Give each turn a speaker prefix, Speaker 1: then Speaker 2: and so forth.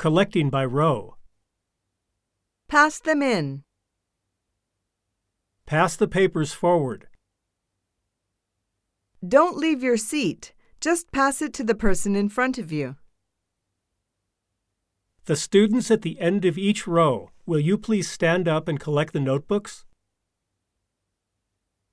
Speaker 1: Collecting by row.
Speaker 2: Pass them in.
Speaker 1: Pass the papers forward.
Speaker 2: Don't leave your seat. Just pass it to the person in front of you.
Speaker 1: The students at the end of each row, will you please stand up and collect the notebooks?